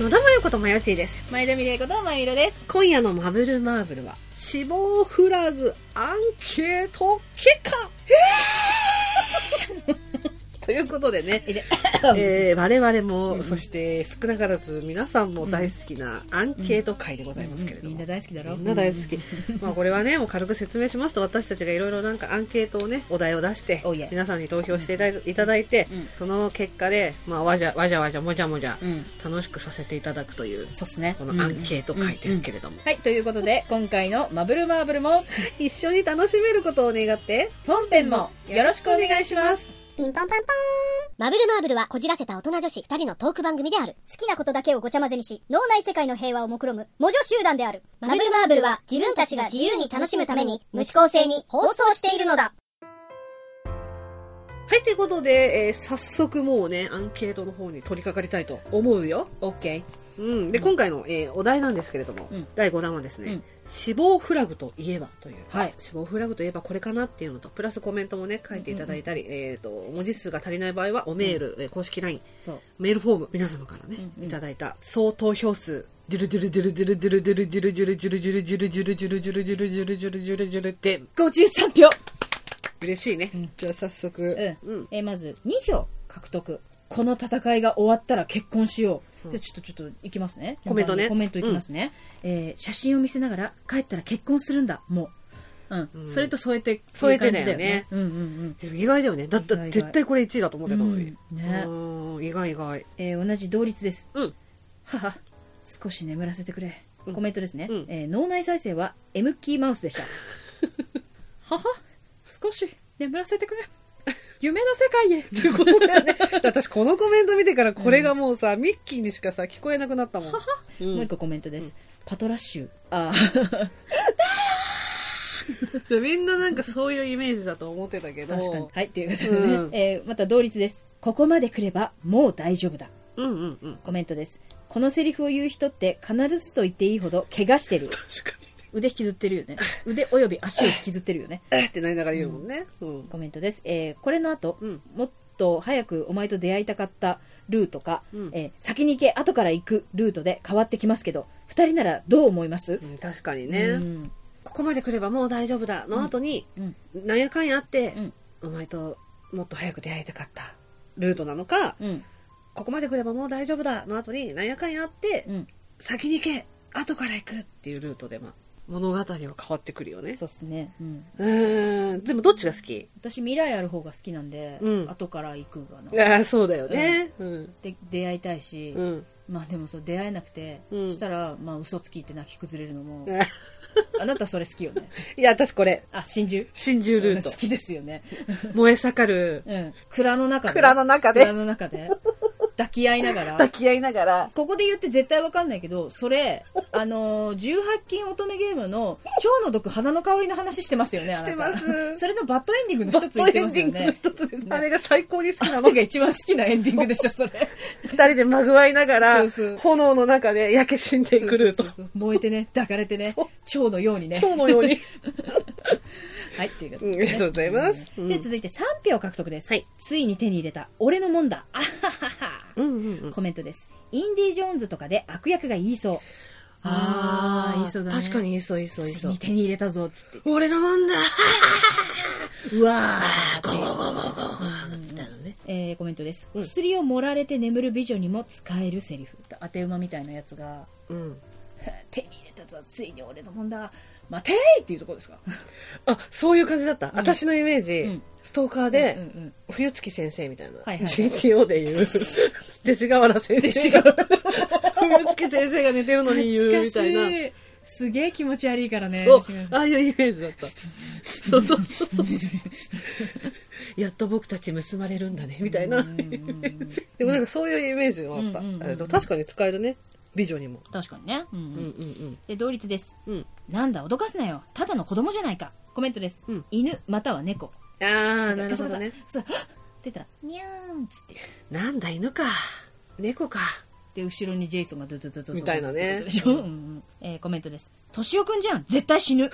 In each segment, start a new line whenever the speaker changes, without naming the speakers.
野田真代子とまよちーです
前田美玲子とまゆろです。
今夜のマブルマーブルは死亡フラグアンケート結果 ということでね、えー我々も、
うん
そして少なからず皆さんも大好きなアンケート会でございますけれど
み
も、
んな大好きだろ
みんな大好き。まあこれはね、もう軽く説明しますと、私たちがいろいろなんかアンケートをね、お題を出して
おいえ、
皆さんに投票していただいいただいて
うん、
その結果で、まあわじゃわじゃわじゃもじゃもじゃ
う、ん。
楽しくさせていただくという、
そうっすね。
このアンケート会ですけれども
うん。はい、ということで、今回のマブルマーブルも、
一緒に楽しめることを願って、
本編もよろしくお願いします。
ピンポンパンポーンマブルマーブルはこじらせた大人女子二人のトーク番組である。好きなことだけをごちゃ混ぜにし、脳内世界の平和を目論む魔女集団である。マブルマーブルは自分たちが自由に楽しむために、無視構性に放送しているのだ。
はい、ということで、えー早速もうね、アンケートの方に取り掛かりたいと思うよ。
オッケ
うん。で、今回の、えーお題なんですけれども、
うん
第5弾はですね、
うん
死亡フラグといえばという、
はい
死亡フラグといえばこれかなっていうのと、プラスコメントもね、書いていただいたり、えっ、と、文字数が足りない場合は、おメール、えー公式 LINE、
ー。そう。
メールフォーム、皆様からね、
うんうん
いただいた総投票数、ジュルジュルジュルジュルジュルジュルジュルジュルジュルジュルジュルジュルジュルジュルジュルジュルジュルジュルジュルって、
53票
嬉しいね。じゃあ早速、
うん。えーまず、2票獲得。この戦いが終わったら結婚しよう。でちょっと、ちょっと、いきますね。
コメントね
コメントいきますね。えー写真を見せながら、帰ったら結婚するんだ、もう。うん。それと添えて、
添えてだ
そういう感じ
よね
うんうんうん。
でも意外だよね。だって
意外意外
絶対これ1位だと思ってたのに。
うんね
うーん意外意外。
えー同じ同率です。
うん
はは、少し眠らせてくれ。
うん
コメントですね。
うん
えー脳内再生は M キーマウスでした。 はは、少し眠らせ てくれ。夢の世界へ。
ということだよね。私このコメント見てからこれがもうさ、ミッキーにしかさ、聞こえなくなったもん。うん
もう一個コメントです。パトラッシュ。あ
でみんななんかそういうイメージだと思ってたけ
あ、
ど。
確かに。はい、ということでね。
うん
えーまた同率です。ここまで来ればもう大丈夫だ。
うんうんうん。
コメントです。このセリフを言う人って必ずと言っていいほど怪我してる。
確かに。
腕引きずってるよね。腕および足を引きずってるよね。
えーってなりながら言うもんね。うん。
コメントです。えーこれの後、
うん
もっと早くお前と出会いたかったルートか、
うん
えー先に行け、後から行くルートで変わってきますけど、二人ならどう思います
うん確かに
う
ね。
ん
ここまで来ればもう大丈夫だの後に、
うん
なんやかんやあって、
うん
お前ともっと早く出会いたかったルートなのか、
うん
ここまで来ればもう大丈夫だの後になんやかんやあって、
うん
先に行け後から行くっていうルートで、まあ、物語は変わってくるよね
そうっすね。うん
うーんでもどっちが好き
私、未来ある方が好きなんで、
うん
後から行くがな。
ああそうだよねうん
で、出会いたいし、
うん、
まあでもそう、出会えなくて、
うん
そしたら、まあ嘘つきって泣き崩れるのも、
あ
あなたそれ好きよね。
いや私これ
あ、真珠
真珠ルート
好きですよね。
燃え盛る
うん。蔵の中で。
蔵の中で
蔵の中で。抱き合いながら。
抱き合いながら
ここで言って絶対わかんないけど、それ、あのー、18禁乙女ゲームの、蝶の毒、花の香りの話してますよね、あなた
してます
それのバッドエンディングの
バ
一
ッ
つ
ド
言って
エン
ます
ディ
よ
ングの
ね。
一つです、
ね
あれが最高に好きな
あ
の
なたが一番好きなエンディングでしょ、それ。
二人でまぐわいながら
そうそう
炎の中で焼け死んでいくルート
そうそうそう燃えてね、抱かれてね
そう、
蝶のようにね。
蝶のように
はい、ということ
うんあ
で、
りがとうございます、うん
で、続いて3票獲得です。
はい
ついに手に入れた、俺のもんだ。あははは。
うんうんうん
コメントです。インディ・ジョーンズとかで悪役が言いそう。
ああ、
ー
確かに言いそう、言いそう、言い
つい
そう
に。手に入れたぞ、つって。
俺のもんだ
うわーって
みたいなね。
えーコメントです、薬を盛られて眠る美女にも使えるセリフ当て馬みたいなやつが
うん。
「手に入れたぞついに俺のもんだ待てー!」っていうところですか
あ、そういう感じだった。私のイメー
う
ジ
ん、
ストーカー
うんう
で、
ん
冬月先生みたいな。
はいはい
GTO で 言う。弟子河原先生が。 冬月先生が寝てるのに言うみたいな。
いすげえ気持ち悪いからね
そう
西村。さん
ああいうイメージだった。そうそうそう そう。やっと僕たち結ばれるんだね、みたいな。
うんうんうん
でもなんかそういうイメージもあった
うんうんうんうん
あれと。確かに使えるね。美女にも。
確かにね、うん
うん
う
うんん
で同率です
うん。うん。
なんだ脅かすなよただの子供じゃないかコメントです、
うん
犬または猫
ああ、なる
ガサ
ほ
ガ
ど
サ
ね。
そうはっって言ったら「にゃーん」っつって
なんだ犬か猫か
で後ろにジェイソンがドゥドゥドゥドゥドゥ
みたいなね
ってことでしょうんうんえーコメントです「敏夫くんじゃん絶対死ぬ」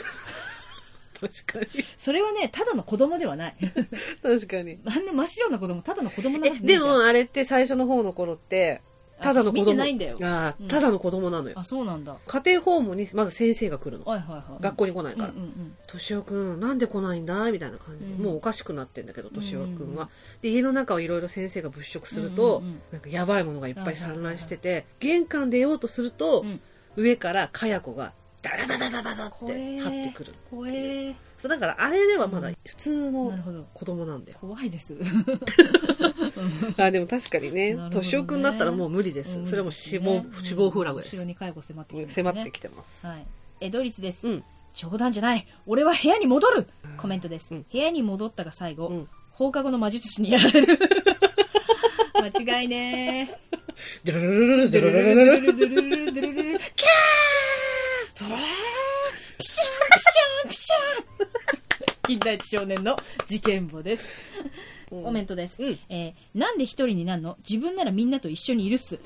確かに
それはねただの子供ではない
確かに
あんな真っ白な子供ただの子供な
え
はずねえ
で
じゃん
もあれって最初の方の頃ってただの子供。
見てないんだよ
あ
う
あ、
ん
ただの子供なのよ。
あそうなんだは
家庭訪問に、まず先生が来るの。
いはいはい
学校に来ないから。
うんうん
敏夫くん、なんで来ないんだみたいな感じで、
うん
もうおかしくなってんだけど、敏夫く
うんんうんう
は。で、家の中をいろいろ先生が物色すると、
うんうんうん
なんかやばいものがいっぱい散乱してて、玄関出ようとすると、
うん
上からかやこが、ダダダダダダダっ
怖え
て張ってくる。
怖え
そうだから、あれではまだ普通
なるほ
の
ど
子供 なんだよ。
怖いです
あ、でも確かにね
なる、ほどね
敏夫くんだったらもう無理です。
ん
それはもう死亡、
ね
死亡フラグで
後ろ
す。
に介護迫ってきてますね
迫ってきてます。
はい江戸律です
うん。
冗談じゃない俺は部屋に戻るコメントです、
うん
部屋に戻ったが最後、
うん
放課後の魔術師にやられる間違いねー
ドゥルルルル
ド
ドゥル
ゥル
ル
ル
ルル
ル
ル
ルルルルルルルルルルキャーブワーピシャンピシャンピシャン金田一少年の事件簿です、コメントです、
うん
えーなんで一人になんの自分ならみんなと一緒にいるっす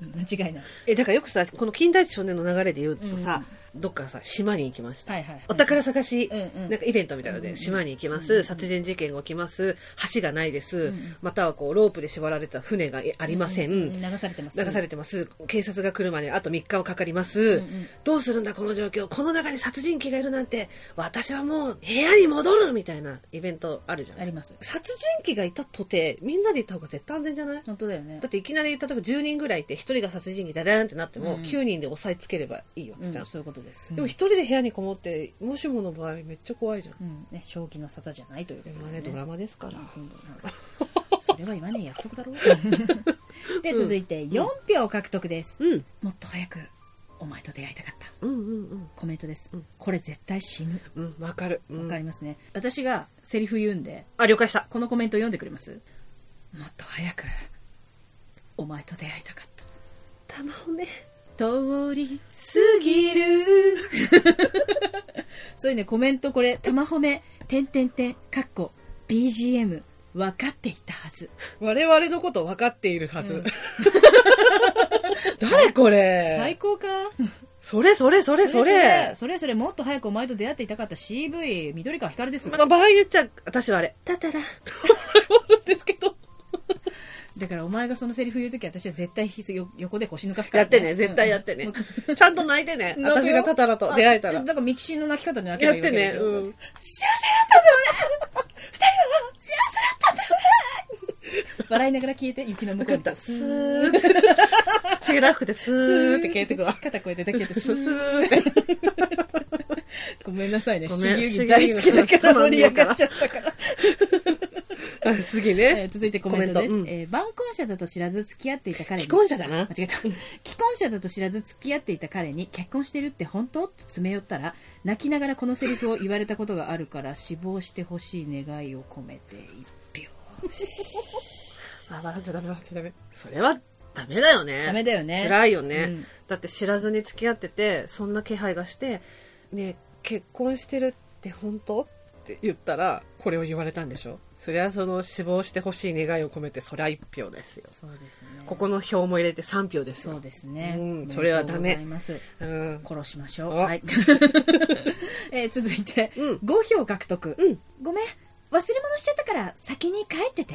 うん間違いない
えだからよくさこの近代一少年の流れで言うとさ、どっかさ島に行きました、
はいはいはい
お宝探し、
うんうん
なんかイベントみたいなので、島に行きます、殺人事件が起きます橋がないです、
ん
またはこうロープで縛られた船がありません、
うん流されてます
流されてます警察が来るまであと3日はかかります、どうするんだこの状況この中に殺人鬼がいるなんて私はもう部屋に戻るみたいなイベントあるじゃな
あ
い
ります
殺人鬼がいたとてみんなで行った方が絶対安全じゃない
本当だよね
だっていきなり例えば10人ぐらいいて1人が殺人鬼ダダーンってなっても
うん
9人で押さえつければいいわ
う
け
ん
じゃん、
そういうことです
でも1人で部屋にこもってもしもの場合めっちゃ怖いじゃん、
うんね、正気の沙汰じゃないということ
で
で、
も
ね
ねドラマですから、
うんそれは言わねえ約束だろ で続いて4票獲得です、
うん、
もっと早くお前と出会いたかった
うんうん
コメントです、
うん
これ絶対死ぬ
うんうんわかる、うん
わかりますね、私がセリフ言うんで
あ了解した
このコメント読んでくれますもっと早くお前と出会いたかった
玉をね
通り
すぎる
そういうねコメントこれ玉褒め点点点かっこ BGM 分かっていたはず
我々のこと分かっているはず、
うん
誰こ
最
れ
高か
それそれ それそれ
それそれもっと早くお前と出会っていたかった CV 緑川光です
まあ場合によっちゃ私はあれだたら 思うんですけど
だからお前がそのセリフ言う時私は絶対ひよ横で腰抜かすから、
やってね、絶対やってね。ちゃんと泣いてね、 私がタタラと出会えたら。
だからミキシーの泣き方の泣き
や
方
ってね、うん。
笑いながら消えて雪の向こう
分
に
かった。スーって。シーラフでスーって消えてくわ。
肩こうやってだけ
ス
てす
ーって。
ごめんなさいね
ご
私
めん
流儀大好きだから盛り上がっちゃったから
あ次
えー
ね。
続いてコメントです
コメントうん
えー晩婚者だと知らず付き合っていた彼に
既婚者だな。
間違えた 既婚者だと知らず付き合っていた彼に結婚してるって本当と詰め寄ったら泣きながらこのセリフを言われたことがあるから死亡してほしい願いを込めて一票
あ、笑っちゃダメ、笑っちゃダメ。それはダメだよね。
ダメだよね
辛いよ
う
ね
ん。
だって知らずに付き合ってて、そんな気配がして、ねえ結婚してるって本当って言ったら、これを言われたんでしょそりゃその死亡してほしい願いを込めて、そりゃ一票ですよ。
そうですね
ここの票も入れて3票ですよ
そうですね、
うんそれはダメ
おめでとうございます
うん
殺しましょう
あ
はい、 えー続いて、
うん
5票獲得、
うん
ごめん忘れ物しちゃったから先に帰ってて、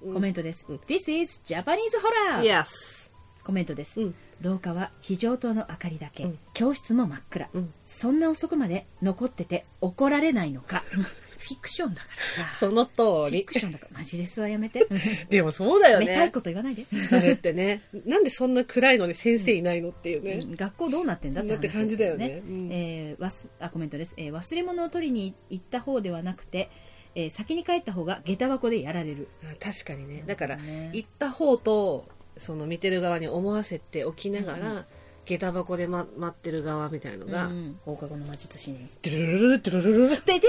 コメントです、This is Japanese Horror
Yes
コメントです、
うん
廊下は非常灯の明かりだけ、
うん
教室も真っ暗、
うん
そんな遅くまで残ってて怒られないのか フィクションだからさ
その通
フィ
り
クションだからマジレスはやめ て
でもそうだよ
めたい
ね
こと言わないで、
あれってねなんでそんな暗いのに先生いないのっていうね、
うん学校どうなってんだって話です
だって
よ
感じだよねうん
えーわすあコメントです、えー忘れ物を取りに行った方ではなくて、えー先に帰った方が下駄箱でやられる
あ確かにねだから、
ね
行った方とその見てる側に思わせておきながら、下駄箱で、ま、待ってる側みたいのが、
うん放課後の魔術師に
ドゥルルルドゥルルルル
ででで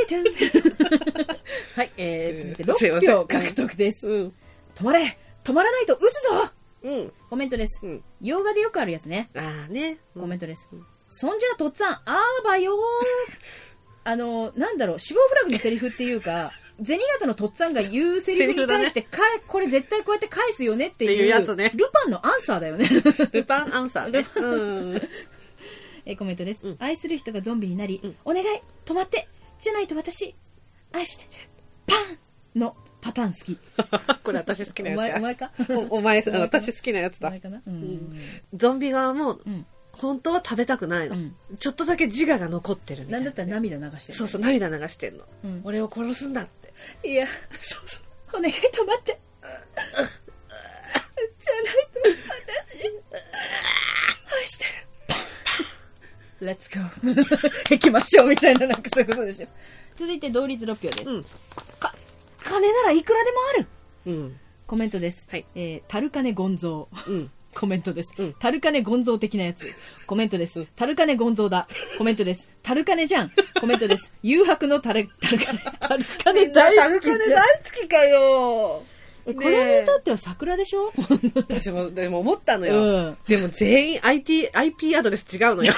はい、えー、続
す
い
いま
て
せん
6票獲得です
うん
止まれ止まらないと撃つぞ
うん
コメントです、
うん
洋画でよくあるやつね
ああね
コメン
ト
トです、そんじゃとっつぁんあーば よーあのなんだろう死亡フラグのセリフっていうか銭形のとっつぁんが言うセリフに対してか、これ絶対こうやって返すよねっていう
っていうやつね
ルパンのアンサーだよね
ルパンアンサーねうん
えコメントです、
うん
愛する人がゾンビになり、お願い止まってじゃないと私愛してるパンのパターン好き。
これ私好きな
お前、お
や
前か
つや。おお前、あ私好きなやつ
お
だ
前。かなうん
ゾンビ側も
うん。
本当は食べたくないの、
うん
ちょっとだけ自我が残ってるみた
ないん
な
だったら涙流してる。
そうそう涙流してんの、
うん
俺を殺すんだって
いや、
そうそう
お願い止まって。じゃないと、私、愛してる。レッツゴー。行きましょう、みたいな、なんかそういうことでしょ。続いて、同率6票です。
うん
か、金ならいくらでもある
うん
コメントです。
はい
えー、タルカネゴンゾー。
うん
コメントです。
うん
タルカネゴンゾー的なやつ。コメントです。タルカネゴンゾーだ。コメントです。タルカネじゃん。コメント です。誘白のタル、タル カネ、タルカネ大好きじゃん。
好きかよ
えこれに至っては桜でしょ
私もでも思ったのよ、
うん。
でも全員 IT IP アドレス違う のよ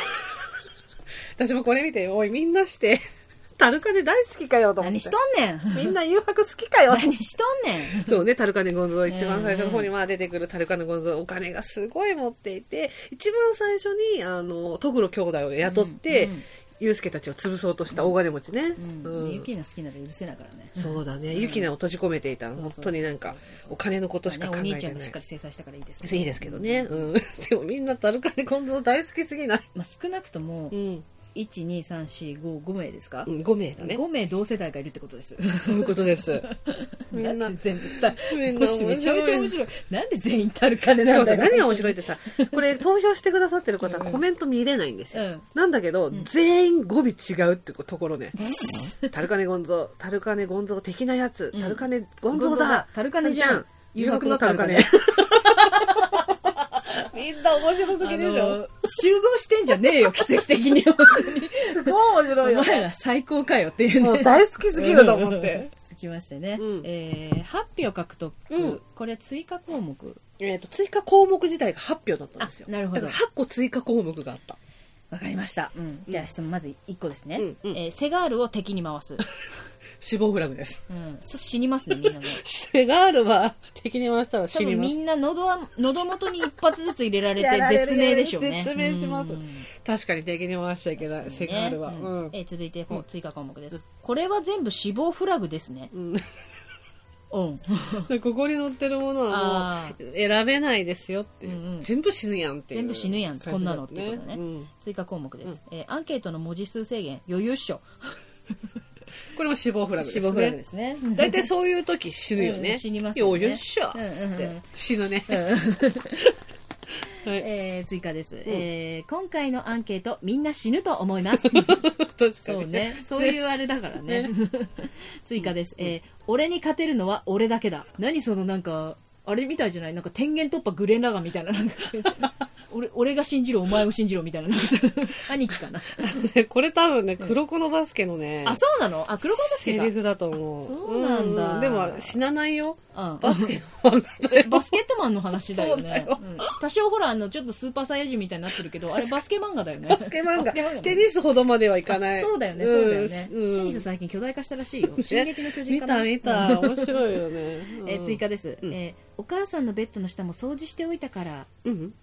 私もこれ見ておいみんなして タルカネ大好きかよと思って
何しとんねん。
みんな誘惑好きかよ
何しとんね ん。
そうね、タルカネゴンゾー、一番最初の方
うん
にまあ出てくるタルカネゴンゾー、お金がすごい持っていて、一番最初に、あの、トグロ兄弟を雇って、
うんうん
ユウスケたちを潰そうとした大金持ちね。
う。
うんん
ユキナ好きなら許せないからね。
そうだね、ユキナを閉じ込めていたの、
ん
本当になんか、お金のことしか
ま
考
あね
え
お
てな
兄
い。
ちゃんがしっかり制裁したからいいですけど。
いいですけどね。うん。 でもみんなタルカネゴンゾー大好きすぎない。
まあ少なくとも
う、ん。
1、2、3、4、5、5名ですか
5名だね。
?5 名同世代がいるってことです。
そういうこと です。みん
だ
な
って。全部た
みん
も
な面白い
しめちゃめちゃ面白い。なんで全員たる
し
金
か
なん
もさ
だよ。
何が面白いってさこれ投票してくださってる方はコメント見れないんですよ、
うん
なんだけど、全員語尾違うってところね「タルカネゴンゾータルカネゴンゾー的なやつ、
うん
タルカネゴンゾーだ
タルカネじゃん。誘惑のタルカネ。
みんな面白す
あ
ぎでしょ、
の集合してんじゃねえよ、奇跡的に。本当に
すごい面白い
お
よ
前
ね
ら最高かよっていうね。
もう大好きすぎると思って。
続きましてね、
うん
えー、8票獲得、
うん
これ追加項目
えーと追加項目自体が8票だったんですよ
あなるほど
だから8個追加項目があった
わかりました、うん、じゃあ質問まず1個ですね、
うんうん
えーセガールを敵に回す、
死亡フラグです
うん、そ死にますねみんな も
セガールは敵に回したら
多
死に
分
ます
みんな喉は喉元に一発ずつ入れられ
やら
て
れる
絶命でしょうね
絶命します
うん
確かに敵に回しちゃいけない、セガールは、
ね
うん
えー続いてこう追加項目です、これは全部死亡フラグですね
うん
うん
でここに載ってるものは
あ
もう選べないですよっていう、
うんうん
全部死ぬやんっていう
全部死ぬやんこんなのっ
感
て
じだ
い
よ
うことね
ん
追加項目です、えーアンケートの文字数制限余裕っしょ
これも死亡フラグです
死亡フラグで
ね
すね
大体そういう時死ぬよ
うんう
ね
ん死にますよ
よ
ね
よっしょっ
うんうんうん
つって死ぬね、はい
えー追加です、えー今回のアンケートみんな死ぬと思います
確かに
そうねそういうあれだからね 追加です、えー俺に勝てるのは俺だけだ何そのなんかあれみたいじゃないなんか天元突破グレンラガンみたいな なんか俺俺が信じるお前を信じろみたいななんかさ兄貴かな
でこれ多分ね黒子のバスケのね、
あそうなのあ黒子バスケ
セ
か
リフだと思う
そうなんだ
でも死なないよ
うん
バスケの漫画だよ
バスケットマンの話だよね
そうだよ
うん多少ほらあのちょっとスーパーサイヤ人みたいになってるけどあれバスケ漫画だよね
バスケ漫
バ
画
スケ漫画
テニスほどまではいかない
そうだよね、
ん
そうだよね。テ
うん
ニス最近巨大化したらしいよ。進撃の巨人
見
かな
た見た面白いよね、うん
えー追加です、
うん
えーお母さんのベッドの下も掃除しておいたから、
うん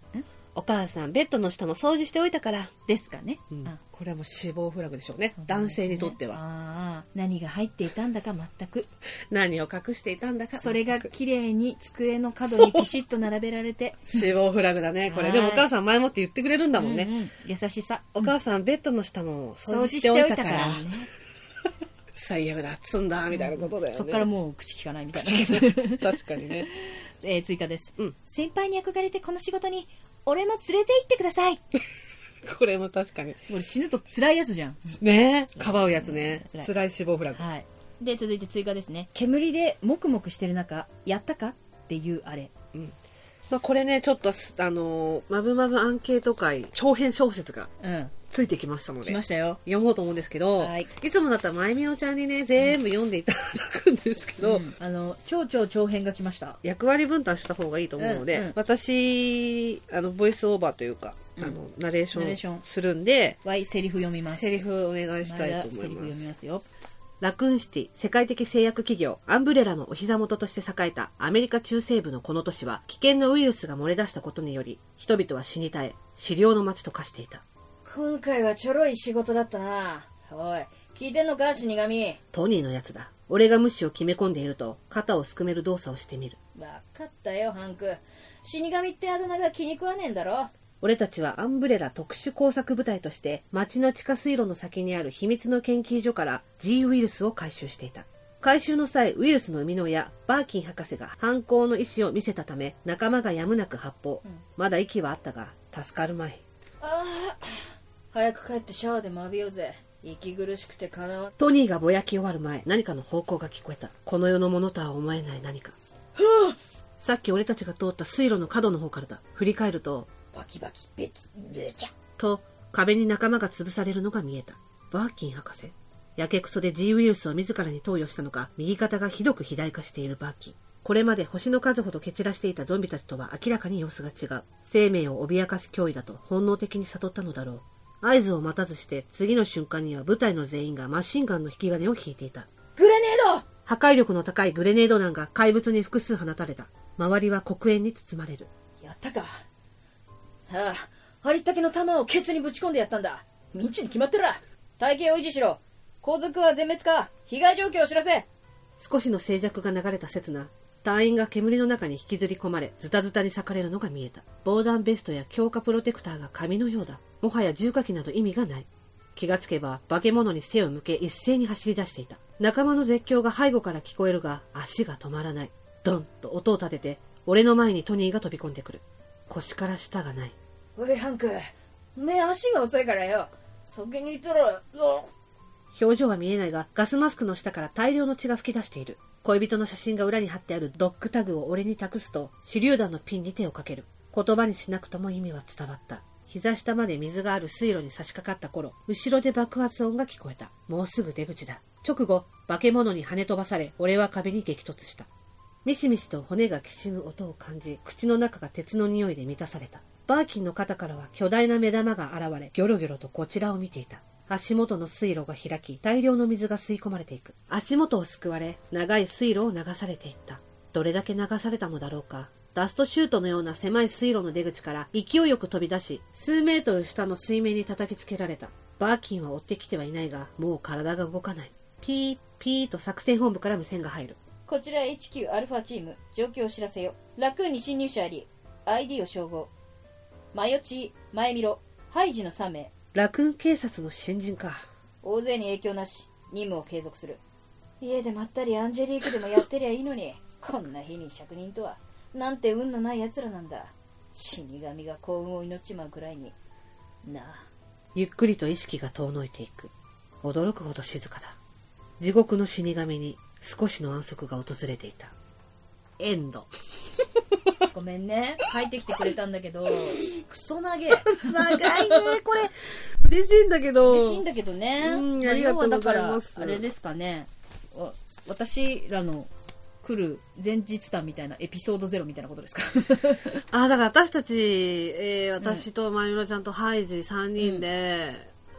お母さんベッドの下も掃除しておいたから、
ですかね。あ
これはもう死亡フラグでしょうね男性にとっては
あー何が入っていたんだか全く
何を隠していたんだか
それが綺麗に机の角にピシッと並べられて
死亡フラグだねこ
は
れ
い
でもお母さん前もって言ってくれるんだもんね、
うんうん優しさ
お母さんベッドの下も掃
掃除
除
し
してて
お
お
い
いた
たか
からら
ね
最悪だっつんだみたいなことだよね、
そっからもう口聞かないみたいな、
確かにね
えー追加です、
うん
先輩に憧れてこの仕事に俺も連れて行ってくださいこ
これも確かに
れ死ぬと辛いやつじゃん
ねかばうやつね
辛い
辛い死亡フラグ
はい、で続いて追加ですね煙でもくもくしてる中やったかっていうあれ
まあ、これねちょっとすあのーまぶまぶアンケート会長編小説が
うん
ついてきましたの
来
で
ましたよ
読もうと思うんですけど、
はい
い、つもだったらまゆみおちゃんにね全部読んでいただくんですけど、
うんあの超超長編が来ました
役割分担した方がいいと思うので、
うんうん
私あのボイスオーバーというか、
うん
あのナレーシ
ナレーショ
ョ
ン
ンするんで
わいセリフ読みます
セリフお願いしたいと
前田
思
セ
い
リフ
ま
読み
す
ますよ
ラクーンシティ世界的製薬企業アンブレラのお膝元として栄えたアメリカ中西部のこの都市は危険なウイルスが漏れ出したことにより人々は死に絶え狩猟の街と化していた
今回はちょろい仕事だったなおい聞いてんのか死神
トニーのやつだ。俺が無視を決め込んでいると、肩をすくめる動作をしてみる。
分かったよハンク死神ってあだ名が気に食わねえんだろ
俺たちはアンブレラ特殊工作部隊として町の地下水路の先にある秘密の研究所から G ウイルスを回収していた回収の際ウイルスの生みの親バーキン博士が犯行の意思を見せたため仲間がやむなく発砲、まだ息はあったが助かるまい
ああ早く帰ってシャワーでまびようぜ息苦しくてかなわ
トニーがぼやき終わる前何かの方向が聞こえたこの世のものとは思えない何かさっき俺たちが通った水路の角の方からだ振り返ると
バキバキベキベチャ
と壁に仲間が潰されるのが見えたバーキン博士やけくそで G ウイルスを自らに投与したのか右肩がひどく肥大化しているバーキンこれまで星の数ほど蹴散らしていたゾンビたちとは明らかに様子が違う生命を脅かす脅威だと本能的に悟ったのだろう合図を待たずして次の瞬間には部隊の全員がマシンガンの引き金を引いていた
グレネード
破壊力の高いグレネード弾が怪物に複数放たれた周りは黒煙に包まれる
やったかああありったけの弾をケツにぶち込んでやったんだミンチに決まってら体型を維持しろ皇族は全滅か被害状況を知らせ
少しの静寂が流れた刹那隊員が煙の中に引きずり込まれズタズタに裂かれるのが見えた防弾ベストや強化プロテクターが紙のようだもはや重火器など意味がない気がつけば化け物に背を向け一斉に走り出していた仲間の絶叫が背後から聞こえるが足が止まらないドンと音を立てて俺の前にトニーが飛び込んでくる腰から下がない
おいハンクおめえ足が遅いからよ先にいたら
表情は見えないがガスマスクの下から大量の血が噴き出している恋人の写真が裏に貼ってあるドッグタグを俺に託すと手榴弾のピンに手をかける言葉にしなくとも意味は伝わった膝下まで水がある水路に差し掛かった頃後ろで爆発音が聞こえたもうすぐ出口だ直後化け物に跳ね飛ばされ俺は壁に激突したミシミシと骨がきしむ音を感じ口の中が鉄の匂いで満たされたバーキンの肩からは巨大な目玉が現れギョロギョロとこちらを見ていた足元の水路が開き大量の水が吸い込まれていく足元をすくわれ長い水路を流されていったどれだけ流されたのだろうかダストシュートのような狭い水路の出口から勢いよく飛び出し数メートル下の水面に叩きつけられたバーキンは追ってきてはいないがもう体が動かないピーピーと作戦本部から無線が入る
こちら HQ アルファチーム状況を知らせよラクーンに侵入者あり ID を照合マヨチ前見ろハイジの3名
ラクーン警察の新人か
大勢に影響なし任務を継続する家でまったりアンジェリークでもやってりゃいいのにこんな日に職人とはなんて運のない奴らなんだ死神が幸運を祈っちまうくらいになあ
ゆっくりと意識が遠のいていく驚くほど静かだ地獄の死神に少しの安息が訪れていたエンド
ごめんね帰ってきてくれたんだけどクソ投
長い
げ
ねこ れ嬉しいんだけど
嬉しいんだけどね
うん
ま
ありがとうござい
要は
ま
だ
す
からあれですかねお私らの来る前日談みたいなエピソードゼロみたいなことですか
あだから私たち、えー私とまゆらちゃんとハイジ3人で、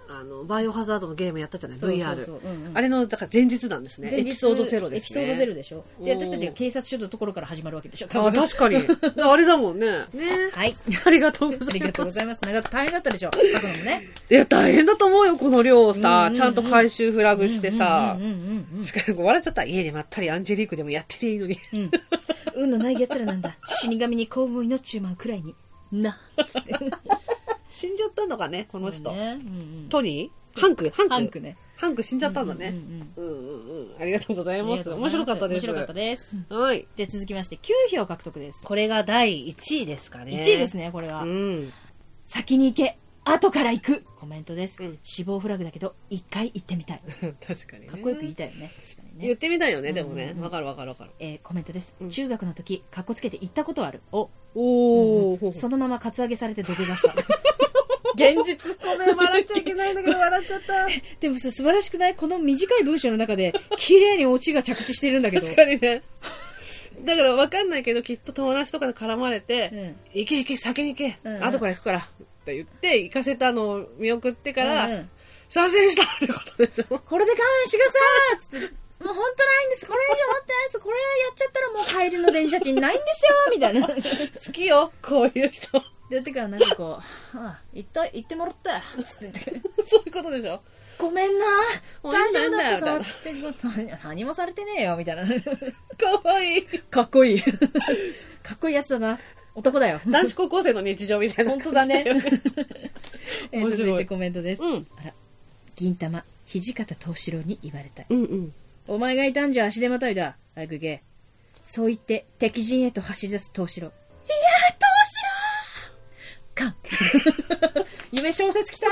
あのバイオハザードのゲームやったじゃない
そうそう
VR
そううんうん
あれのだから前日なんですねエピソードゼロですね
エピソードゼロでしょで
おー
私たちが警察署のところから始まるわけでしょ多
あ
分
確 かにあれだもんねね
はい
ありがとうご
あ
ざ
り
い
が
ま
とう
す
ございます長く大変だったで しょ書くのもね
いや大変だと思うよこの量をさ、
うんうんうん
ちゃんと回収フラグしてさ、
うんうんうん
しかも笑っちゃった家でまったりアンジェリークでもやってていいのに
うんうん運のない奴らなんだ死神に幸運を祈っちゅうまうくらいにな つって
死んじゃったのかねこの人、
ねうんうん
トニーハンクハンク
ハンクね
ハンク死んじゃったんだね
うんうんうん
うんうんうんありがとうござい
あり
ま
が
す
とうご
面
ざい
白か
ま
ったです
面白かったです。
はい
で、続きまして、9票獲得です。
これが第1位ですかね
1位ですね、これは。
うん
先に行け、後から行くコメントです。
うん
死亡フラグだけど、一回行ってみたい。
確かに、ね、
かっこよく言いたいよね。確かに
言っ
ね。
てみたいよねでも
うんう
ね
んうん
わかるわかるわかる
えーコメントです、
うん
中学の時かっこつけて行ったことあるを
おお、ほう
そのままカツアゲされて土下座 した
現実ごめん笑っちゃいけないんだけど笑っちゃった
でもさ素晴らしくないこの短い文章の中で綺麗にオチが着地してるんだけど
確かに ねだからわかんないけどきっと友達とかに絡まれて、
うん
行け行け先に行け、
うんうん
後から行くからって言って行かせたのを見送ってから、
うんうん
参戦したってことでしょ
これで勘弁してくださいっつって、もう本当ないんです、これ以上持ってないです、これやっちゃったらもう帰りの電車賃ないんですよみたいな。
好きよこういう人
やってからなんかこう「はあ行った行ってもらったよ」つって言って
そういうことでしょ
「ごめんな
もう
大丈夫
い
だ
いん
っ
だよ
た
み
か」つって何 何もされてねえよみたいな
かわいい
かっこいい かっこいいやつだな男だよ
男子高校生の日常みたいな
本
感じ
当だね
よ
え
面白い
続いてコメントで す、
うん
あら銀玉土方藤四郎に言われたい
うんうん
お前がいたんじゃ足手まといだあぐげそう言って敵陣へと走り出す藤四郎いや藤四 郎かん夢小説きたー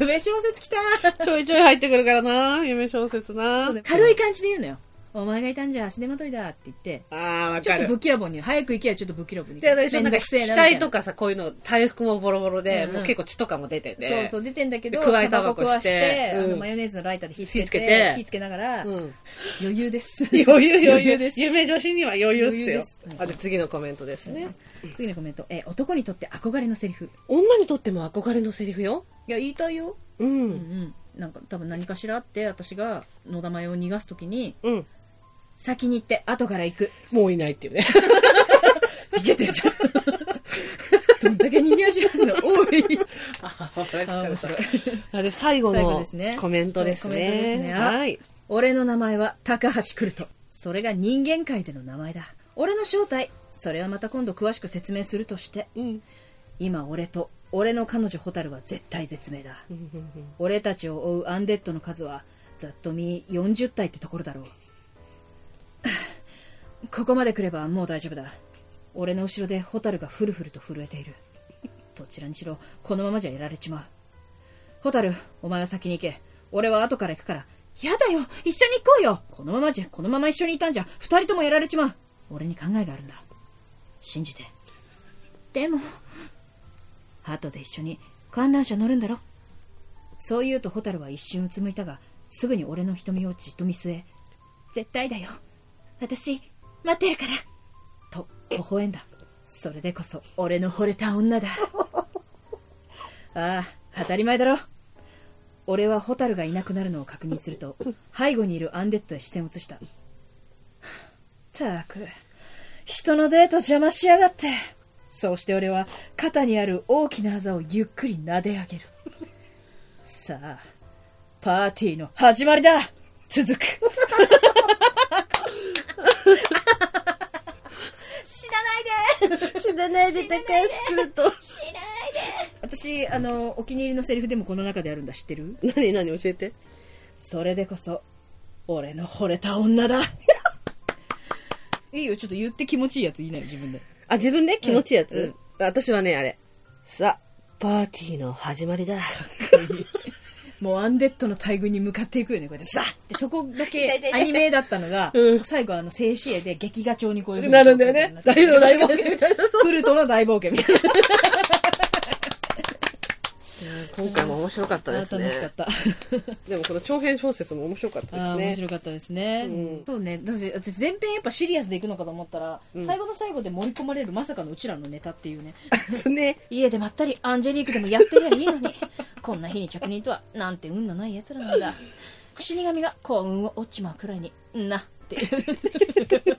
夢小説きた ー
ちょいちょい入ってくるからな夢小説な
軽い感じで言うのよお前がいたんじゃ足手まといだって言って
あーわ
ちょ
か
っと
る
ぶっきらぼうに早く行けよちょっとぶっきらぼうに
で、私
め
なん
ど
か、
くせえな
額
みたいな
とかさ、こういうの、体服もボロボロで、
うんうん
もう結構血とかも出てて。
そうそう出てんだけど
で加えタバコ
タバ
して
あの
うん
マヨネーズのライターで火つ
火
けて
つけて
火つけながら、
うん
余裕です
余裕余
余裕
裕
です
夢女子には余裕っす
余裕
よ
ですうん
あで次のコメントですね、
次のコメント、えー男にとって憧れのセリフ
女にとっても憧れのセリフよ
いや言いたいよ、
う
うんんうん、なんか多分何かしらあって私が野田麻代を逃がす時に
うん
先に行って後から行く
もういないっていうね
逃げてるじゃん どんだけ逃げ足あるの多い
あー
あ面
面
白
白
い
いあで最後
最後
の
ですね
コメントです
コメントですね
ね
あ
はい
俺の名前は高橋来るとそれが人間界での名前だ俺の正体それはまた今度詳しく説明するとして
うん
今俺と俺の彼女蛍は絶対絶命だ
うんうんうん
俺たちを追うアンデッドの数はざっと見40体ってところだろう ここまで来ればもう大丈夫だ俺の後ろで蛍がフルフルと震えているどちらにしろこのままじゃやられちまう蛍お前は先に行け俺は後から行くからやだよ一緒に行こうよこのままじゃこのまま一緒にいたんじゃ二人ともやられちまう俺に考えがあるんだ信じてでも後で一緒に観覧車乗るんだろそう言うと蛍は一瞬うつむいたがすぐに俺の瞳をじっと見据え「絶対だよ私待ってるから」と微笑んだそれでこそ俺の惚れた女だ ああ当たり前だろ俺は蛍がいなくなるのを確認すると背後にいるアンデッドへ視線を移したったく人のデート邪魔しやがってそうして俺は肩にある大きなあざをゆっくり撫で上げるさあパーティーの始まりだ続く死なないで
死なないで高橋来ると。
私あのお気に入りのセリフでもこの中であるんだ知ってる
何何教えて
それでこそ俺の惚れた女だいいよちょっと言って気持ちいいやつ言いないよ自分で
あ自分で気持ちいいやつ、私はねあれさパーティーの始まりだ
もうアンデッドの大群に向かっていくよねこうやってザッてそこだけ
痛い痛い痛
ア
い
ニメだったのが、
うん
最後あの静止絵で劇画調にこういう風に
なるんだよね大の大冒険みたいな
クルトの大冒険みたいな
今回も面白かったですね
楽しかった
でもこの長編小説も面白かったで
あ
す
ー面
ね。
白かったですね、
うん
そうね私私前編やっぱシリアスでいくのかと思ったら、
ん
最後の最後で盛り込まれるまさかのうちらのネタっていうね
ね。
家でまったりアンジェリークでもやってりゃいいのに こんな日に着任とはなんて運のないやつらなんだ死神が幸運を落ちまうくらいになっていう面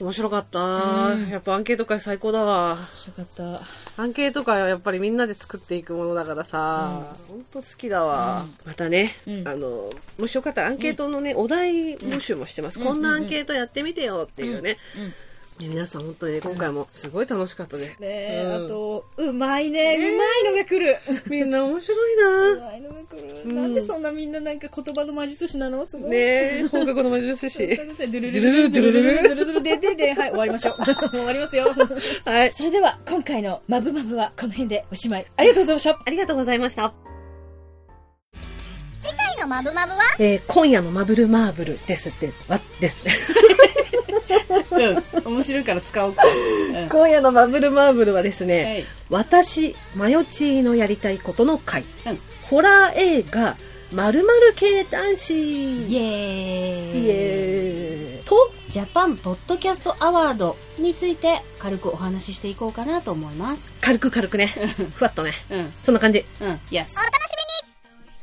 面白かった、やっぱアンケート会最高だわ。
白かった
アンケート会はやっぱりみんなで作っていくものだからさ、ほんと好きだわ。またね、
うん
あの、もしよかったらアンケートのね、お題募集もしてます、こんなアンケートやってみてよっていうね。
うん
ね皆さん本当にね、今回もすごい楽しかったね。
ねえ、
うん
あとうまいね、うまいのが来る
みんな面
う
白いな。
まいのが来る、
うん
なんでそんなみんななんか言葉の魔術師なのすごい
ねえ、本格の魔術
ドゥ
師。
ルルルルドゥルルルルドゥルルルででではい終わりましょう終わりますよ
はい。
それでは今回の「マブマブ」はこの辺でおしまいありがとうございました
ありがとうございました。
次回のマブマブは
えー今夜のマブルマーブルですって、わ、です。
うん面白いから使おうか、うん
今夜のマブルマーブルはですね、
はい
私マヨチーのやりたいことの回、
うん
ホラー映画まるまる系男子
イエーイ
イエーイと
ジャパンポッドキャストアワードについて軽くお話ししていこうかなと思います。
軽く軽くねふわっとね
うん、
そんな感じ
うん、イエス。
お楽しみに